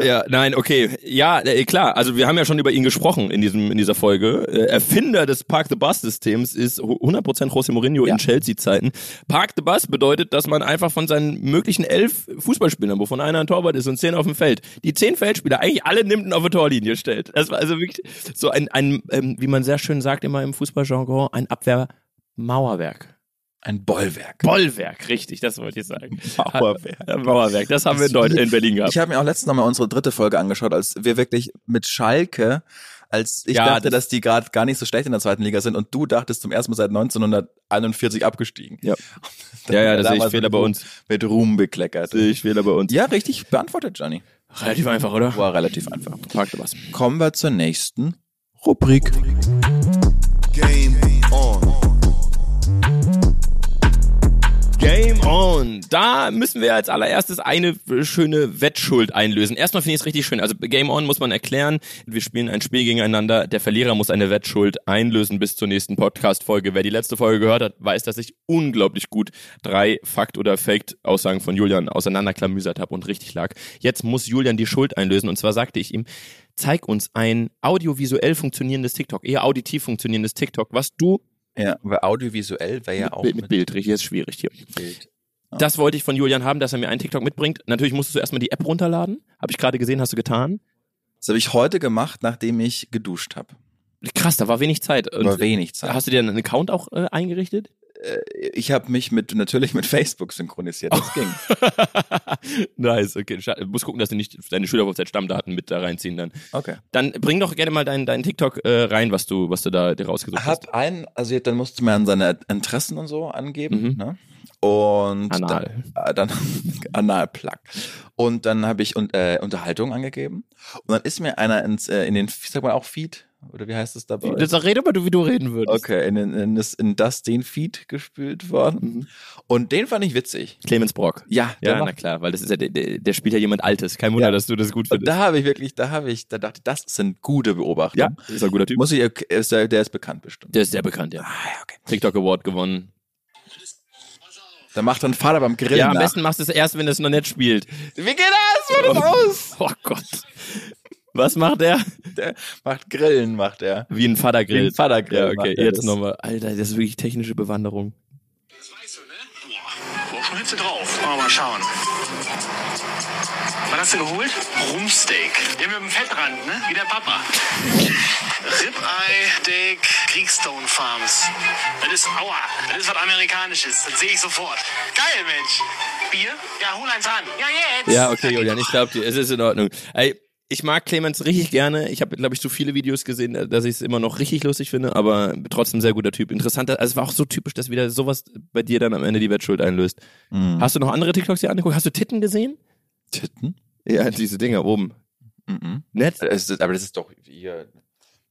C: Ja. nein, okay. Ja, äh, klar. Also wir haben ja schon über ihn gesprochen in diesem in dieser Folge. Äh, Erfinder des Park the Bus Systems ist hu- 100% José Mourinho
D: Ja.
C: in Chelsea Zeiten. Park the Bus bedeutet, dass man einfach von seinen möglichen elf Fußballspielern, wovon einer ein Torwart ist und zehn auf dem Feld, die zehn Feldspieler eigentlich alle nimmt und auf die Torlinie stellt. Das war also wirklich so ein ein ähm, wie man sehr schön sagt immer im Fußballjargon, ein Abwehrmauerwerk.
D: Ein Bollwerk.
C: Bollwerk, richtig, das wollte ich sagen.
D: Mauerwerk.
C: Äh, Mauerwerk, das haben wir in, Deutschland, in Berlin gehabt.
D: Ich habe mir auch letztens nochmal unsere dritte Folge angeschaut, als wir wirklich mit Schalke, als ich
C: Ja,
D: dachte,
C: das-
D: dass die gerade gar nicht so schlecht in der zweiten Liga sind und du dachtest zum ersten Mal seit 1941 abgestiegen.
C: Ja. Ja, ja, das sehe ich
D: Damals
C: Fehler
D: mit
C: bei
D: Ruhm-
C: uns.
D: Mit Ruhm bekleckert.
C: Ich wähle bei uns.
D: Ja, richtig beantwortet, Johnny.
C: Relativ einfach, oder?
D: War relativ einfach.
C: Park the Bus.
D: Kommen wir zur nächsten Rubrik.
A: Game on.
C: Game on. Da müssen wir als allererstes eine schöne Wettschuld einlösen. Erstmal finde ich es richtig schön. Also Game on muss man erklären. Wir spielen ein Spiel gegeneinander. Der Verlierer muss eine Wettschuld einlösen bis zur nächsten Podcast-Folge. Wer die letzte Folge gehört hat, weiß, dass ich unglaublich gut drei Fakt- oder Fake-Aussagen von Julian auseinanderklamüsert habe und richtig lag. Jetzt muss Julian die Schuld einlösen. Und zwar sagte ich ihm, zeig uns ein audiovisuell funktionierendes TikTok, eher auditiv funktionierendes TikTok, was du
D: Ja, weil audiovisuell wäre ja auch
C: mit, mit Bild, richtig, ist schwierig hier.
D: Bild.
C: Das wollte ich von Julian haben, dass er mir einen TikTok mitbringt. Natürlich musstest du erstmal die App runterladen. Habe ich gerade gesehen, hast du getan.
D: Das habe ich heute gemacht, nachdem ich geduscht habe.
C: Krass, da war wenig Zeit. Und
D: War wenig Zeit. Äh,
C: Hast du dir einen Account auch äh, eingerichtet?
D: Ich habe mich mit natürlich mit Facebook synchronisiert. Das ging.
C: nice, okay. Scha- Muss gucken, dass du nicht deine Schülerwurfzeit Stammdaten mit da reinziehen dann.
D: Okay.
C: Dann bring doch gerne mal deinen deinen TikTok äh, rein, was du, was du da dir rausgesucht hast.
D: Hab einen, also dann musste man seine Interessen und so angeben.
C: Mhm.
D: Ne? Und
C: Anal.
D: dann, äh, dann Analplug. Und dann habe ich und, äh, Unterhaltung angegeben. Und dann ist mir einer ins, äh, in den, sag mal auch Feed oder wie heißt es dabei?
C: Das rede mal du, wie du reden würdest.
D: Okay, in, den- in, das, in das den Feed gespült worden. Und den fand ich witzig.
C: Clemens Brock.
D: Ja, der
C: Mhm. Ja,
D: macht-
C: na klar, weil das ist ja, der, der der spielt ja jemand Altes. Kein Wunder,
D: Ja.
C: dass du das gut
D: Und
C: findest.
D: da habe ich wirklich, da habe ich, da dachte ich, das sind gute Beobachtungen.
C: ist ein guter Typ.
D: Muss ich, ist der, der ist bekannt bestimmt.
C: Der ist sehr bekannt, ja.
D: Ah, ja, okay.
C: TikTok Award gewonnen.
D: Da macht dann Vater beim Grillen.
C: Ja, am
D: nach.
C: besten machst du es erst, wenn es noch nicht spielt.
D: Wie geht das? Wie geht das aus?
C: Oh Gott. Was macht er?
D: Der macht Grillen, macht er.
C: Wie ein Vatergrill.
D: Wie ein Vatergrill
C: Ja, okay,
D: macht er
C: jetzt
D: das.
C: nochmal. Alter, das ist wirklich technische Bewanderung.
G: Das weißt du, ne? Boah, Boah, schnellste drauf. Wollen wir mal schauen. Was hast du geholt? Rumpsteak. Der mit dem Fettrand, ne? Wie der Papa. Ribeye Steak Creekstone Farms. Das ist, aua, das ist was Amerikanisches. Das sehe ich sofort. Geil, Mensch. Bier? Ja, hol eins an. Ja, jetzt.
C: Ja, okay, Julian, ich glaube dir, es ist in Ordnung. Ey, ich mag Clemens richtig gerne. Ich habe, glaube ich, zu viele Videos gesehen, äh, dass ich es immer noch richtig lustig finde, aber trotzdem sehr guter Typ. Interessant, also es war auch so typisch, dass wieder sowas bei dir dann am Ende die Wettschuld einlöst. Hast du noch andere TikToks dir angeguckt? Hast du Titten gesehen?
D: Titten?
C: Ja, diese Dinger oben.
D: Mhm.
C: Nett?
D: Es ist, aber das ist doch hier.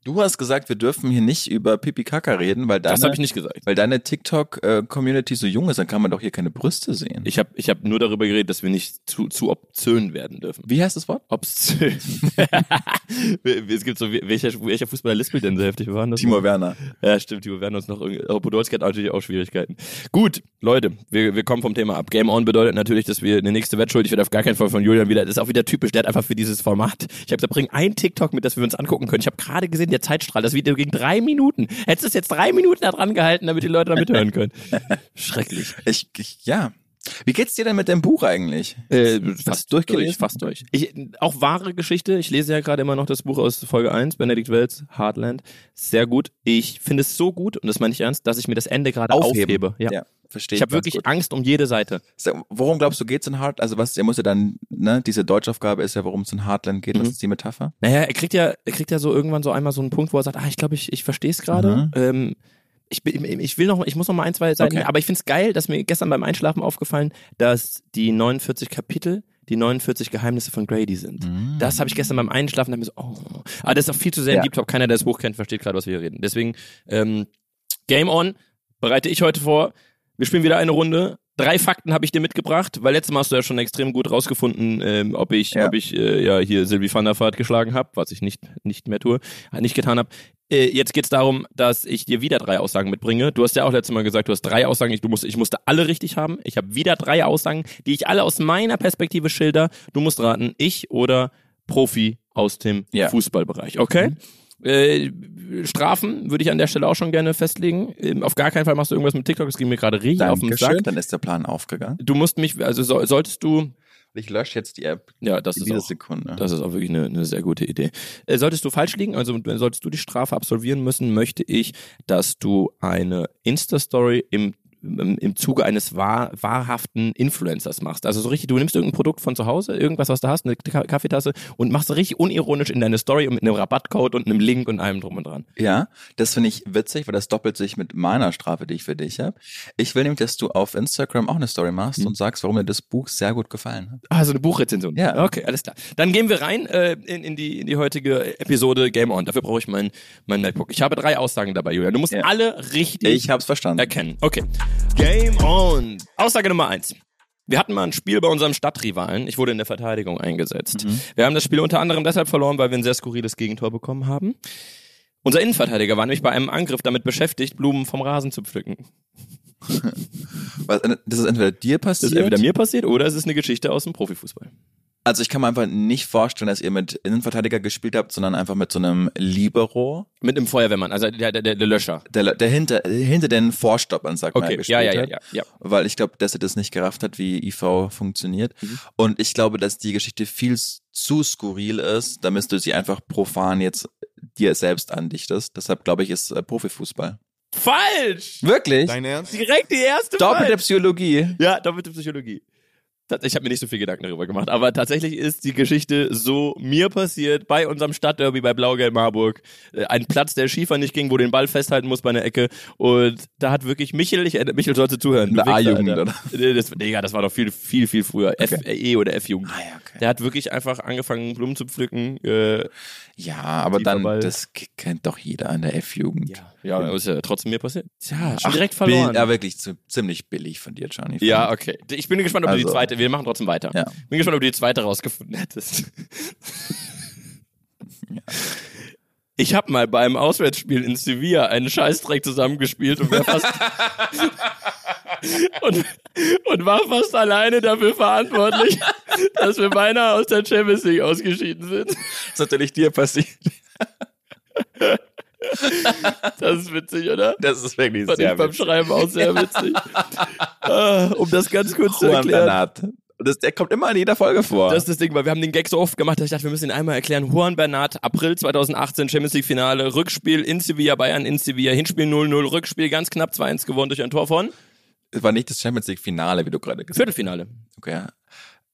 D: Du hast gesagt, wir dürfen hier nicht über Pipi Kaka reden, weil
C: Das
D: deine,
C: habe ich nicht gesagt.
D: weil deine TikTok-Community so jung ist, dann kann man doch hier keine Brüste sehen.
C: Ich habe ich hab nur darüber geredet, dass wir nicht zu, zu obzön werden dürfen.
D: wie heißt das Wort?
C: Obszön. es gibt so, welcher, welcher Fußballer lispelt denn so heftig? Wir waren das
D: Timo Werner.
C: Ja, stimmt, Timo Werner ist noch irgendwie. oh, Podolski hat natürlich auch Schwierigkeiten. Gut, Leute, wir, wir kommen vom Thema ab. Game On bedeutet natürlich, dass wir eine nächste Wettschuld, ich werde auf gar keinen Fall von Julian wieder, das ist auch wieder typisch, der hat einfach für dieses Format. Ich habe gesagt, bring ein TikTok mit, dass wir uns angucken können. Ich habe gerade gesehen, der Zeitstrahl, das Video ging drei Minuten. Hättest du es jetzt drei Minuten da dran gehalten, damit die Leute da mithören können. Schrecklich.
D: Ich, ich, ja. Wie geht's dir denn mit dem Buch eigentlich?
C: Äh,
D: Hast
C: fast
D: du
C: durch,
D: durchgelesen?
C: fast durch. Ich, auch wahre Geschichte. Ich lese ja gerade immer noch das Buch aus Folge 1, Benedikt Wells, Heartland. Sehr gut. Ich finde es so gut, und das meine ich ernst, dass ich mir das Ende gerade
D: Aufheben.
C: aufhebe. Ja.
D: verstehe
C: Ich habe
D: ganz
C: wirklich
D: gut.
C: Angst um jede Seite.
D: Sag, Worum glaubst du, geht's in Hard? Also was, er muss ja dann, ne, diese Deutschaufgabe ist ja, worum es in Hardland geht,
C: Mhm.
D: das ist die Metapher.
C: Naja, er kriegt ja, er kriegt ja so irgendwann so einmal so einen Punkt, wo er sagt, ah, ich glaube, ich, ich verstehe es gerade. Ähm, ich, bin- ich will noch, ich muss noch mal ein, zwei Seiten,
D: Mhm. Okay.
C: aber ich finde es geil, dass mir gestern beim Einschlafen aufgefallen, dass die 49 Kapitel die 49 Geheimnisse von Grady sind. Das habe ich gestern beim Einschlafen, da hab ich so, oh. Aber das ist auch viel zu sehr
D: Mhm. Ja.
C: im Deep Talk. Keiner, der das Buch kennt, versteht gerade, was wir hier reden. Deswegen, ähm, Game On bereite ich heute vor. Wir spielen wieder eine Runde. Drei Fakten habe ich dir mitgebracht, weil letztes Mal hast du ja schon extrem gut rausgefunden, ähm, ob ich,
D: Ja.
C: ob ich äh, ja hier Sylvie van der Vaart geschlagen habe, was ich nicht, nicht mehr tue, äh, nicht getan habe. Äh, jetzt geht's darum, dass ich dir wieder drei Aussagen mitbringe. Du hast ja auch letztes Mal gesagt, du hast drei Aussagen, ich, du musst, ich musste alle richtig haben. Ich habe wieder drei Aussagen, die ich alle aus meiner Perspektive schilder. Du musst raten, ich oder Profi aus dem
D: Ja. Mhm.
C: Fußballbereich, okay? Äh, Strafen würde ich an der Stelle auch schon gerne festlegen. Ähm, auf gar keinen Fall machst du irgendwas mit TikTok, das ging mir gerade richtig auf den Sack.
D: Dankeschön, dann ist der Plan aufgegangen.
C: Du musst mich, also so, solltest du,
D: Ich lösche jetzt die App
C: ja, das
D: in
C: ist
D: dieser
C: auch,
D: Sekunde. ne?
C: das ist auch wirklich eine, eine sehr gute Idee. Äh, solltest du falsch liegen, also solltest du die Strafe absolvieren müssen, möchte ich, dass du eine Insta-Story im im im Zuge eines wahr, wahrhaften Influencers machst. Also so richtig, du nimmst irgendein Produkt von zu Hause, irgendwas, was du hast, eine Ka- Kaffeetasse und machst richtig unironisch in deine Story und mit einem Rabattcode und einem Link und allem drum und dran.
D: Ja, das finde ich witzig, weil das doppelt sich mit meiner Strafe, die ich für dich habe. Ich will nämlich, dass du auf Instagram auch eine Story
C: Hm.
D: machst und sagst, warum dir das Buch sehr gut gefallen hat.
C: Ah, so eine Buchrezension.
D: Ja.
C: Okay, alles klar. Dann gehen wir rein äh, in, in, die, in die heutige Episode Game On. Dafür brauche ich mein, mein MacBook. Ich habe drei Aussagen dabei, Julian. Du musst
D: Ja.
C: alle richtig
D: Ich hab's verstanden.
C: erkennen. Okay. Game On. Aussage Nummer eins. Wir hatten mal ein Spiel bei unserem Stadtrivalen. Ich wurde in der Verteidigung eingesetzt.
D: Mhm.
C: Wir haben das Spiel unter anderem deshalb verloren, weil wir ein sehr skurriles Gegentor bekommen haben. Unser Innenverteidiger war nämlich bei einem Angriff damit beschäftigt, Blumen vom Rasen zu pflücken.
D: Was- äh, Das ist entweder dir
C: Das
D: passiert.
C: ist entweder mir passiert oder es ist eine Geschichte aus dem Profifußball.
D: also ich kann mir einfach nicht vorstellen, dass ihr mit Innenverteidiger gespielt habt, sondern einfach mit so einem Libero,
C: Mit einem Feuerwehrmann, also der, der, der, der Löscher.
D: der, der hinter, hinter den Vorstoppern, sagt man,
C: Okay,
D: gespielt
C: ja, ja, ja,
D: hat.
C: ja, ja.
D: weil ich glaube, dass er das nicht gerafft hat, wie IV funktioniert. Und ich glaube, dass die Geschichte viel s- zu skurril ist, damit du sie einfach profan jetzt dir selbst andichtest. Deshalb glaube ich, ist äh, Profifußball.
C: Falsch!
D: Wirklich?
A: Dein Ernst?
C: Direkt die erste
D: Doppelte
C: falsch.
D: Psychologie.
C: Ja, doppelte Psychologie. Tats- Ich habe mir nicht so viel Gedanken darüber gemacht, aber tatsächlich ist die Geschichte so mir passiert bei unserem Stadtderby bei Blau-Gelb Marburg. Äh, Ein Platz, der schiefer nicht ging, wo du den Ball festhalten musst bei einer Ecke. Und da hat wirklich Michel, ich, erinnere- Michel sollte zuhören.
D: Eine
C: du Wichser,
D: A-Jugend,
C: Alter.
D: oder?
C: Nee, Das, Digga, das war doch viel, viel, viel früher. F, E oder F-Jugend.
D: Ah, ja, okay.
C: Der hat wirklich einfach angefangen, Blumen zu pflücken. Äh,
D: Ja, aber
C: Tiefer
D: dann,
C: Ball.
D: das k- kennt doch jeder in der F-Jugend.
C: ja, ist ja trotzdem mir passiert. Tja, schon
D: Ach,
C: direkt verloren.
D: Bill, ja, wirklich zu, ziemlich billig von dir, Johnny.
C: Ja, okay. Ich bin gespannt, ob du die
D: Also-
C: zweite, wir machen trotzdem weiter.
D: Ja.
C: Bin gespannt, ob du die zweite rausgefunden hättest. Ich habe mal bei einem Auswärtsspiel in Sevilla einen Scheißdreck zusammengespielt und war fast, und, und war fast alleine dafür verantwortlich, dass wir beinahe aus der Champions League ausgeschieden sind.
D: Das ist natürlich dir passiert.
C: Das ist witzig, oder?
D: Das ist wirklich
C: Fand ich
D: sehr
C: beim
D: witzig.
C: Schreiben auch sehr witzig. Ah, um das ganz kurz zu
D: Juan
C: erklären.
D: Bernat. Das, der kommt immer in jeder Folge vor.
C: Das ist das Ding, weil wir haben den Gag so oft gemacht, dass ich dachte, wir müssen ihn einmal erklären. Juan Bernat, April 2018, Champions League Finale, Rückspiel in Sevilla, Bayern in Sevilla, Hinspiel 0-0, Rückspiel ganz knapp 2-1 gewonnen durch ein Tor von
D: Es war nicht das Champions League Finale, wie du gerade gesagt
C: Viertelfinale.
D: hast. Okay. ja.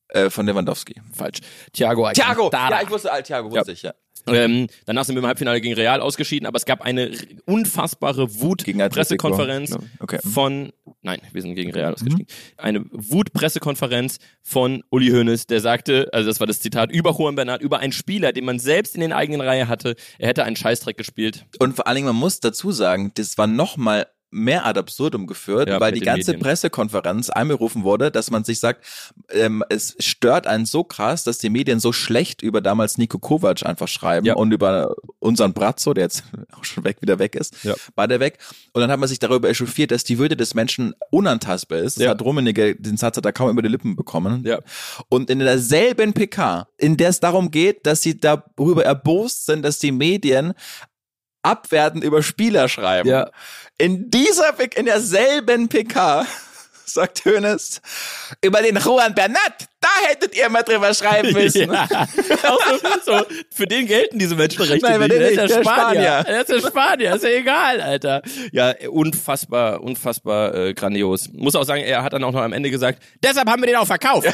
D: Äh, von Lewandowski.
C: Falsch. Thiago
D: Thiago!
C: Alcantara.
D: Ja, ich wusste, ah, Thiago wusste ich, ja.
C: Ähm, danach sind wir im Halbfinale gegen Real ausgeschieden, aber es gab eine r- unfassbare
D: Gegen Atletico,
C: Wut-Pressekonferenz
D: glaub ich. Okay. Mhm.
C: von, nein, wir sind gegen Real ausgestiegen, eine Wut-Pressekonferenz von Uli Hoeneß, der sagte, also das war das Zitat, über Juan Bernat, über einen Spieler, den man selbst in den eigenen Reihe hatte, er hätte einen Scheißdreck gespielt.
D: Und vor allen Dingen, man muss dazu sagen, das war nochmal mehr ad absurdum geführt,
C: Ja,
D: weil
C: mit
D: die
C: den
D: ganze
C: Medien.
D: Pressekonferenz einberufen wurde, dass man sich sagt, ähm, es stört einen so krass, dass die Medien so schlecht über damals Nico Kovac einfach schreiben
C: Ja.
D: und über unseren Brazzo, der jetzt auch schon weg wieder weg ist,
C: Ja.
D: war der weg. Und dann hat man sich darüber echauffiert, dass die Würde des Menschen unantastbar ist. Das
C: Ja.
D: hat Rummenigge, den Satz hat er kaum über die Lippen bekommen.
C: Ja.
D: Und in derselben PK, in der es darum geht, dass sie darüber erbost sind, dass die Medien abwertend über Spieler schreiben.
C: Ja.
D: In dieser, P- in derselben PK sagt Hönes über den Juan Bernat, da hättet ihr mal drüber schreiben müssen.
C: Ja. Auch so, so, für den gelten diese Menschenrechte
D: Nein, für
C: nicht.
D: den
C: Der ist
D: nicht,
C: ja
D: der ist
C: Spanier.
D: Spanier.
C: Der ist ja Spanier, ist ja egal, Alter. Ja, unfassbar, unfassbar äh, grandios. Muss auch sagen, er hat dann auch noch am Ende gesagt, deshalb haben wir den auch verkauft.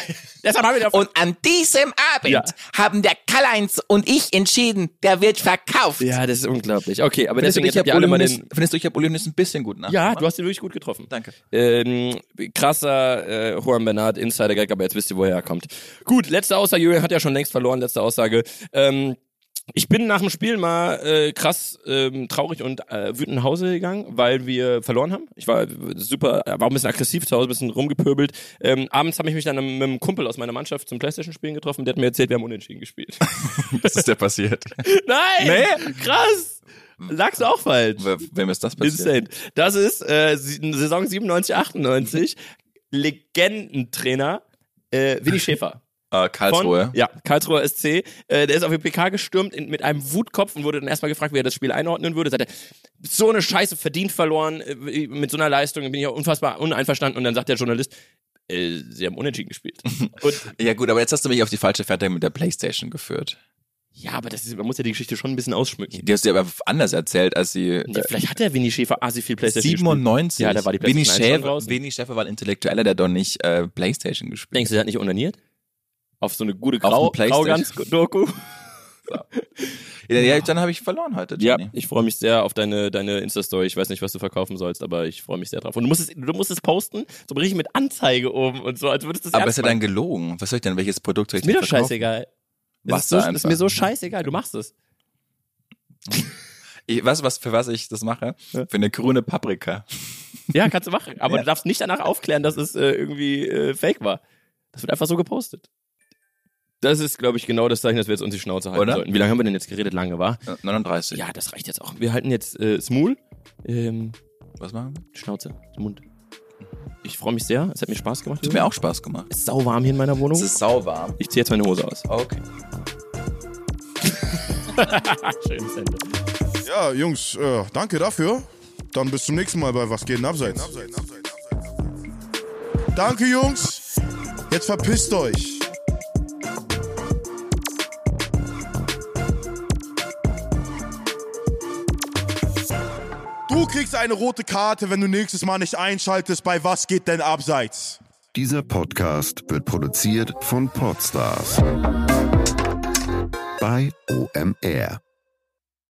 C: Deshalb haben wir den auch verkauft.
H: Und an diesem Abend
C: Ja.
H: haben der Karl-Heinz und ich entschieden, der wird verkauft.
C: Ja, das ist unglaublich. Okay, aber
D: Findest du,
C: deswegen
D: ich
C: jetzt habt
D: hab
C: ihr alle mal
D: Uli Hoeneß-
C: den...
D: findest du, ich habe Uli Hoeneß ein bisschen gut nach?
C: Ja, du hast ihn wirklich gut getroffen.
D: Danke.
C: Ähm, krasser äh, Juan Bernard, Insider-Gag, aber jetzt wisst ihr, woher er kommt. Gut, letzte Aussage, Julian hat ja schon längst verloren, letzte Aussage. Ähm, Ich bin nach dem Spiel mal äh, krass ähm, traurig und äh, wütend nach Hause gegangen, weil wir verloren haben. Ich war super, äh, war ein bisschen aggressiv zu Hause, ein bisschen rumgepöbelt. Ähm, abends habe ich mich dann mit einem Kumpel aus meiner Mannschaft zum Playstation-Spielen getroffen. Der hat mir erzählt, wir haben unentschieden gespielt.
D: Was ist dir passiert?
C: Nein!
D: Nee?
C: Krass! Lagst auch falsch.
D: W- Wem ist das passiert?
C: Insane. Das ist äh, Sie- Saison 97, 98. Legendentrainer äh, Winnie Schäfer.
D: Äh,
C: Von,
D: Karlsruhe.
C: Ja, Karlsruher SC. Äh, der ist auf die PK gestürmt in, mit einem Wutkopf und wurde dann erstmal gefragt, wie er das Spiel einordnen würde. Sagt er, so eine Scheiße verdient verloren, äh, mit so einer Leistung bin ich auch unfassbar uneinverstanden. Und dann sagt der Journalist, äh, sie haben unentschieden gespielt. Und
D: Ja gut, aber jetzt hast du mich auf die falsche Fährte mit der Playstation geführt.
C: ja, aber das ist, man muss ja die Geschichte schon ein bisschen ausschmücken.
D: Die hast du dir aber anders erzählt, als sie...
C: Ja, vielleicht hat der Winnie Schäfer ah, sie viel Playstation gespielt.
D: 97.
C: Ja, da war die
D: Winnie
C: PlayStation 1 schon
D: Schäfer,
C: draußen.
D: Winnie Schäfer war ein Intellektueller, der hat doch nicht äh, Playstation gespielt.
C: Denkst du, der hat nicht unaniert? Auf so eine gute
D: Auf
C: Grau,
D: dem Playstation.
C: Grau-Ganz-Doku?
D: Ja, ja, dann habe ich verloren heute.
C: Ja,
D: Johnny.
C: ich freue mich sehr auf deine, deine Insta-Story. Ich weiß nicht, was du verkaufen sollst, aber ich freue mich sehr drauf. Und du musst es, du musst es posten, so richtig mit Anzeige oben und so, als würdest du es
D: Aber
C: ernst
D: ist ja dann gelogen. Was soll ich denn? Welches Produkt soll ich
C: Ist mir
D: denn
C: doch
D: verkaufen?
C: scheißegal.
D: Mach's
C: Es ist, so,
D: einfach.
C: ist mir so scheißegal, du machst es.
D: Ich weiß, was, für was ich das mache? Für eine grüne Paprika.
C: Ja, kannst du machen. Aber du darfst nicht danach aufklären, dass es äh, irgendwie äh, fake war. Das wird einfach so gepostet. Das ist, glaube ich, genau das Zeichen, dass wir jetzt uns die Schnauze halten
D: Oder?
C: sollten. Wie lange haben wir denn jetzt geredet? Lange, war?
D: Äh, 39.
C: Ja, das reicht jetzt auch. Wir halten jetzt äh, Smul. Ähm,
D: Was machen wir?
C: Schnauze, Mund. Ich freue mich sehr. Es hat mir Spaß gemacht.
D: Hat mir auch Spaß gemacht.
C: Es ist sau warm hier in meiner Wohnung.
D: Es ist sauwarm.
C: Ich ziehe jetzt meine Hose aus.
D: Okay.
C: Schönes Ende.
A: Ja, Jungs, äh, danke dafür. Dann bis zum nächsten Mal bei Was geht denn abseits? Danke, Jungs. Jetzt verpisst euch. Du kriegst eine rote Karte, wenn du nächstes Mal nicht einschaltest bei Was geht denn abseits?
I: Dieser Podcast wird produziert von Podstars bei OMR.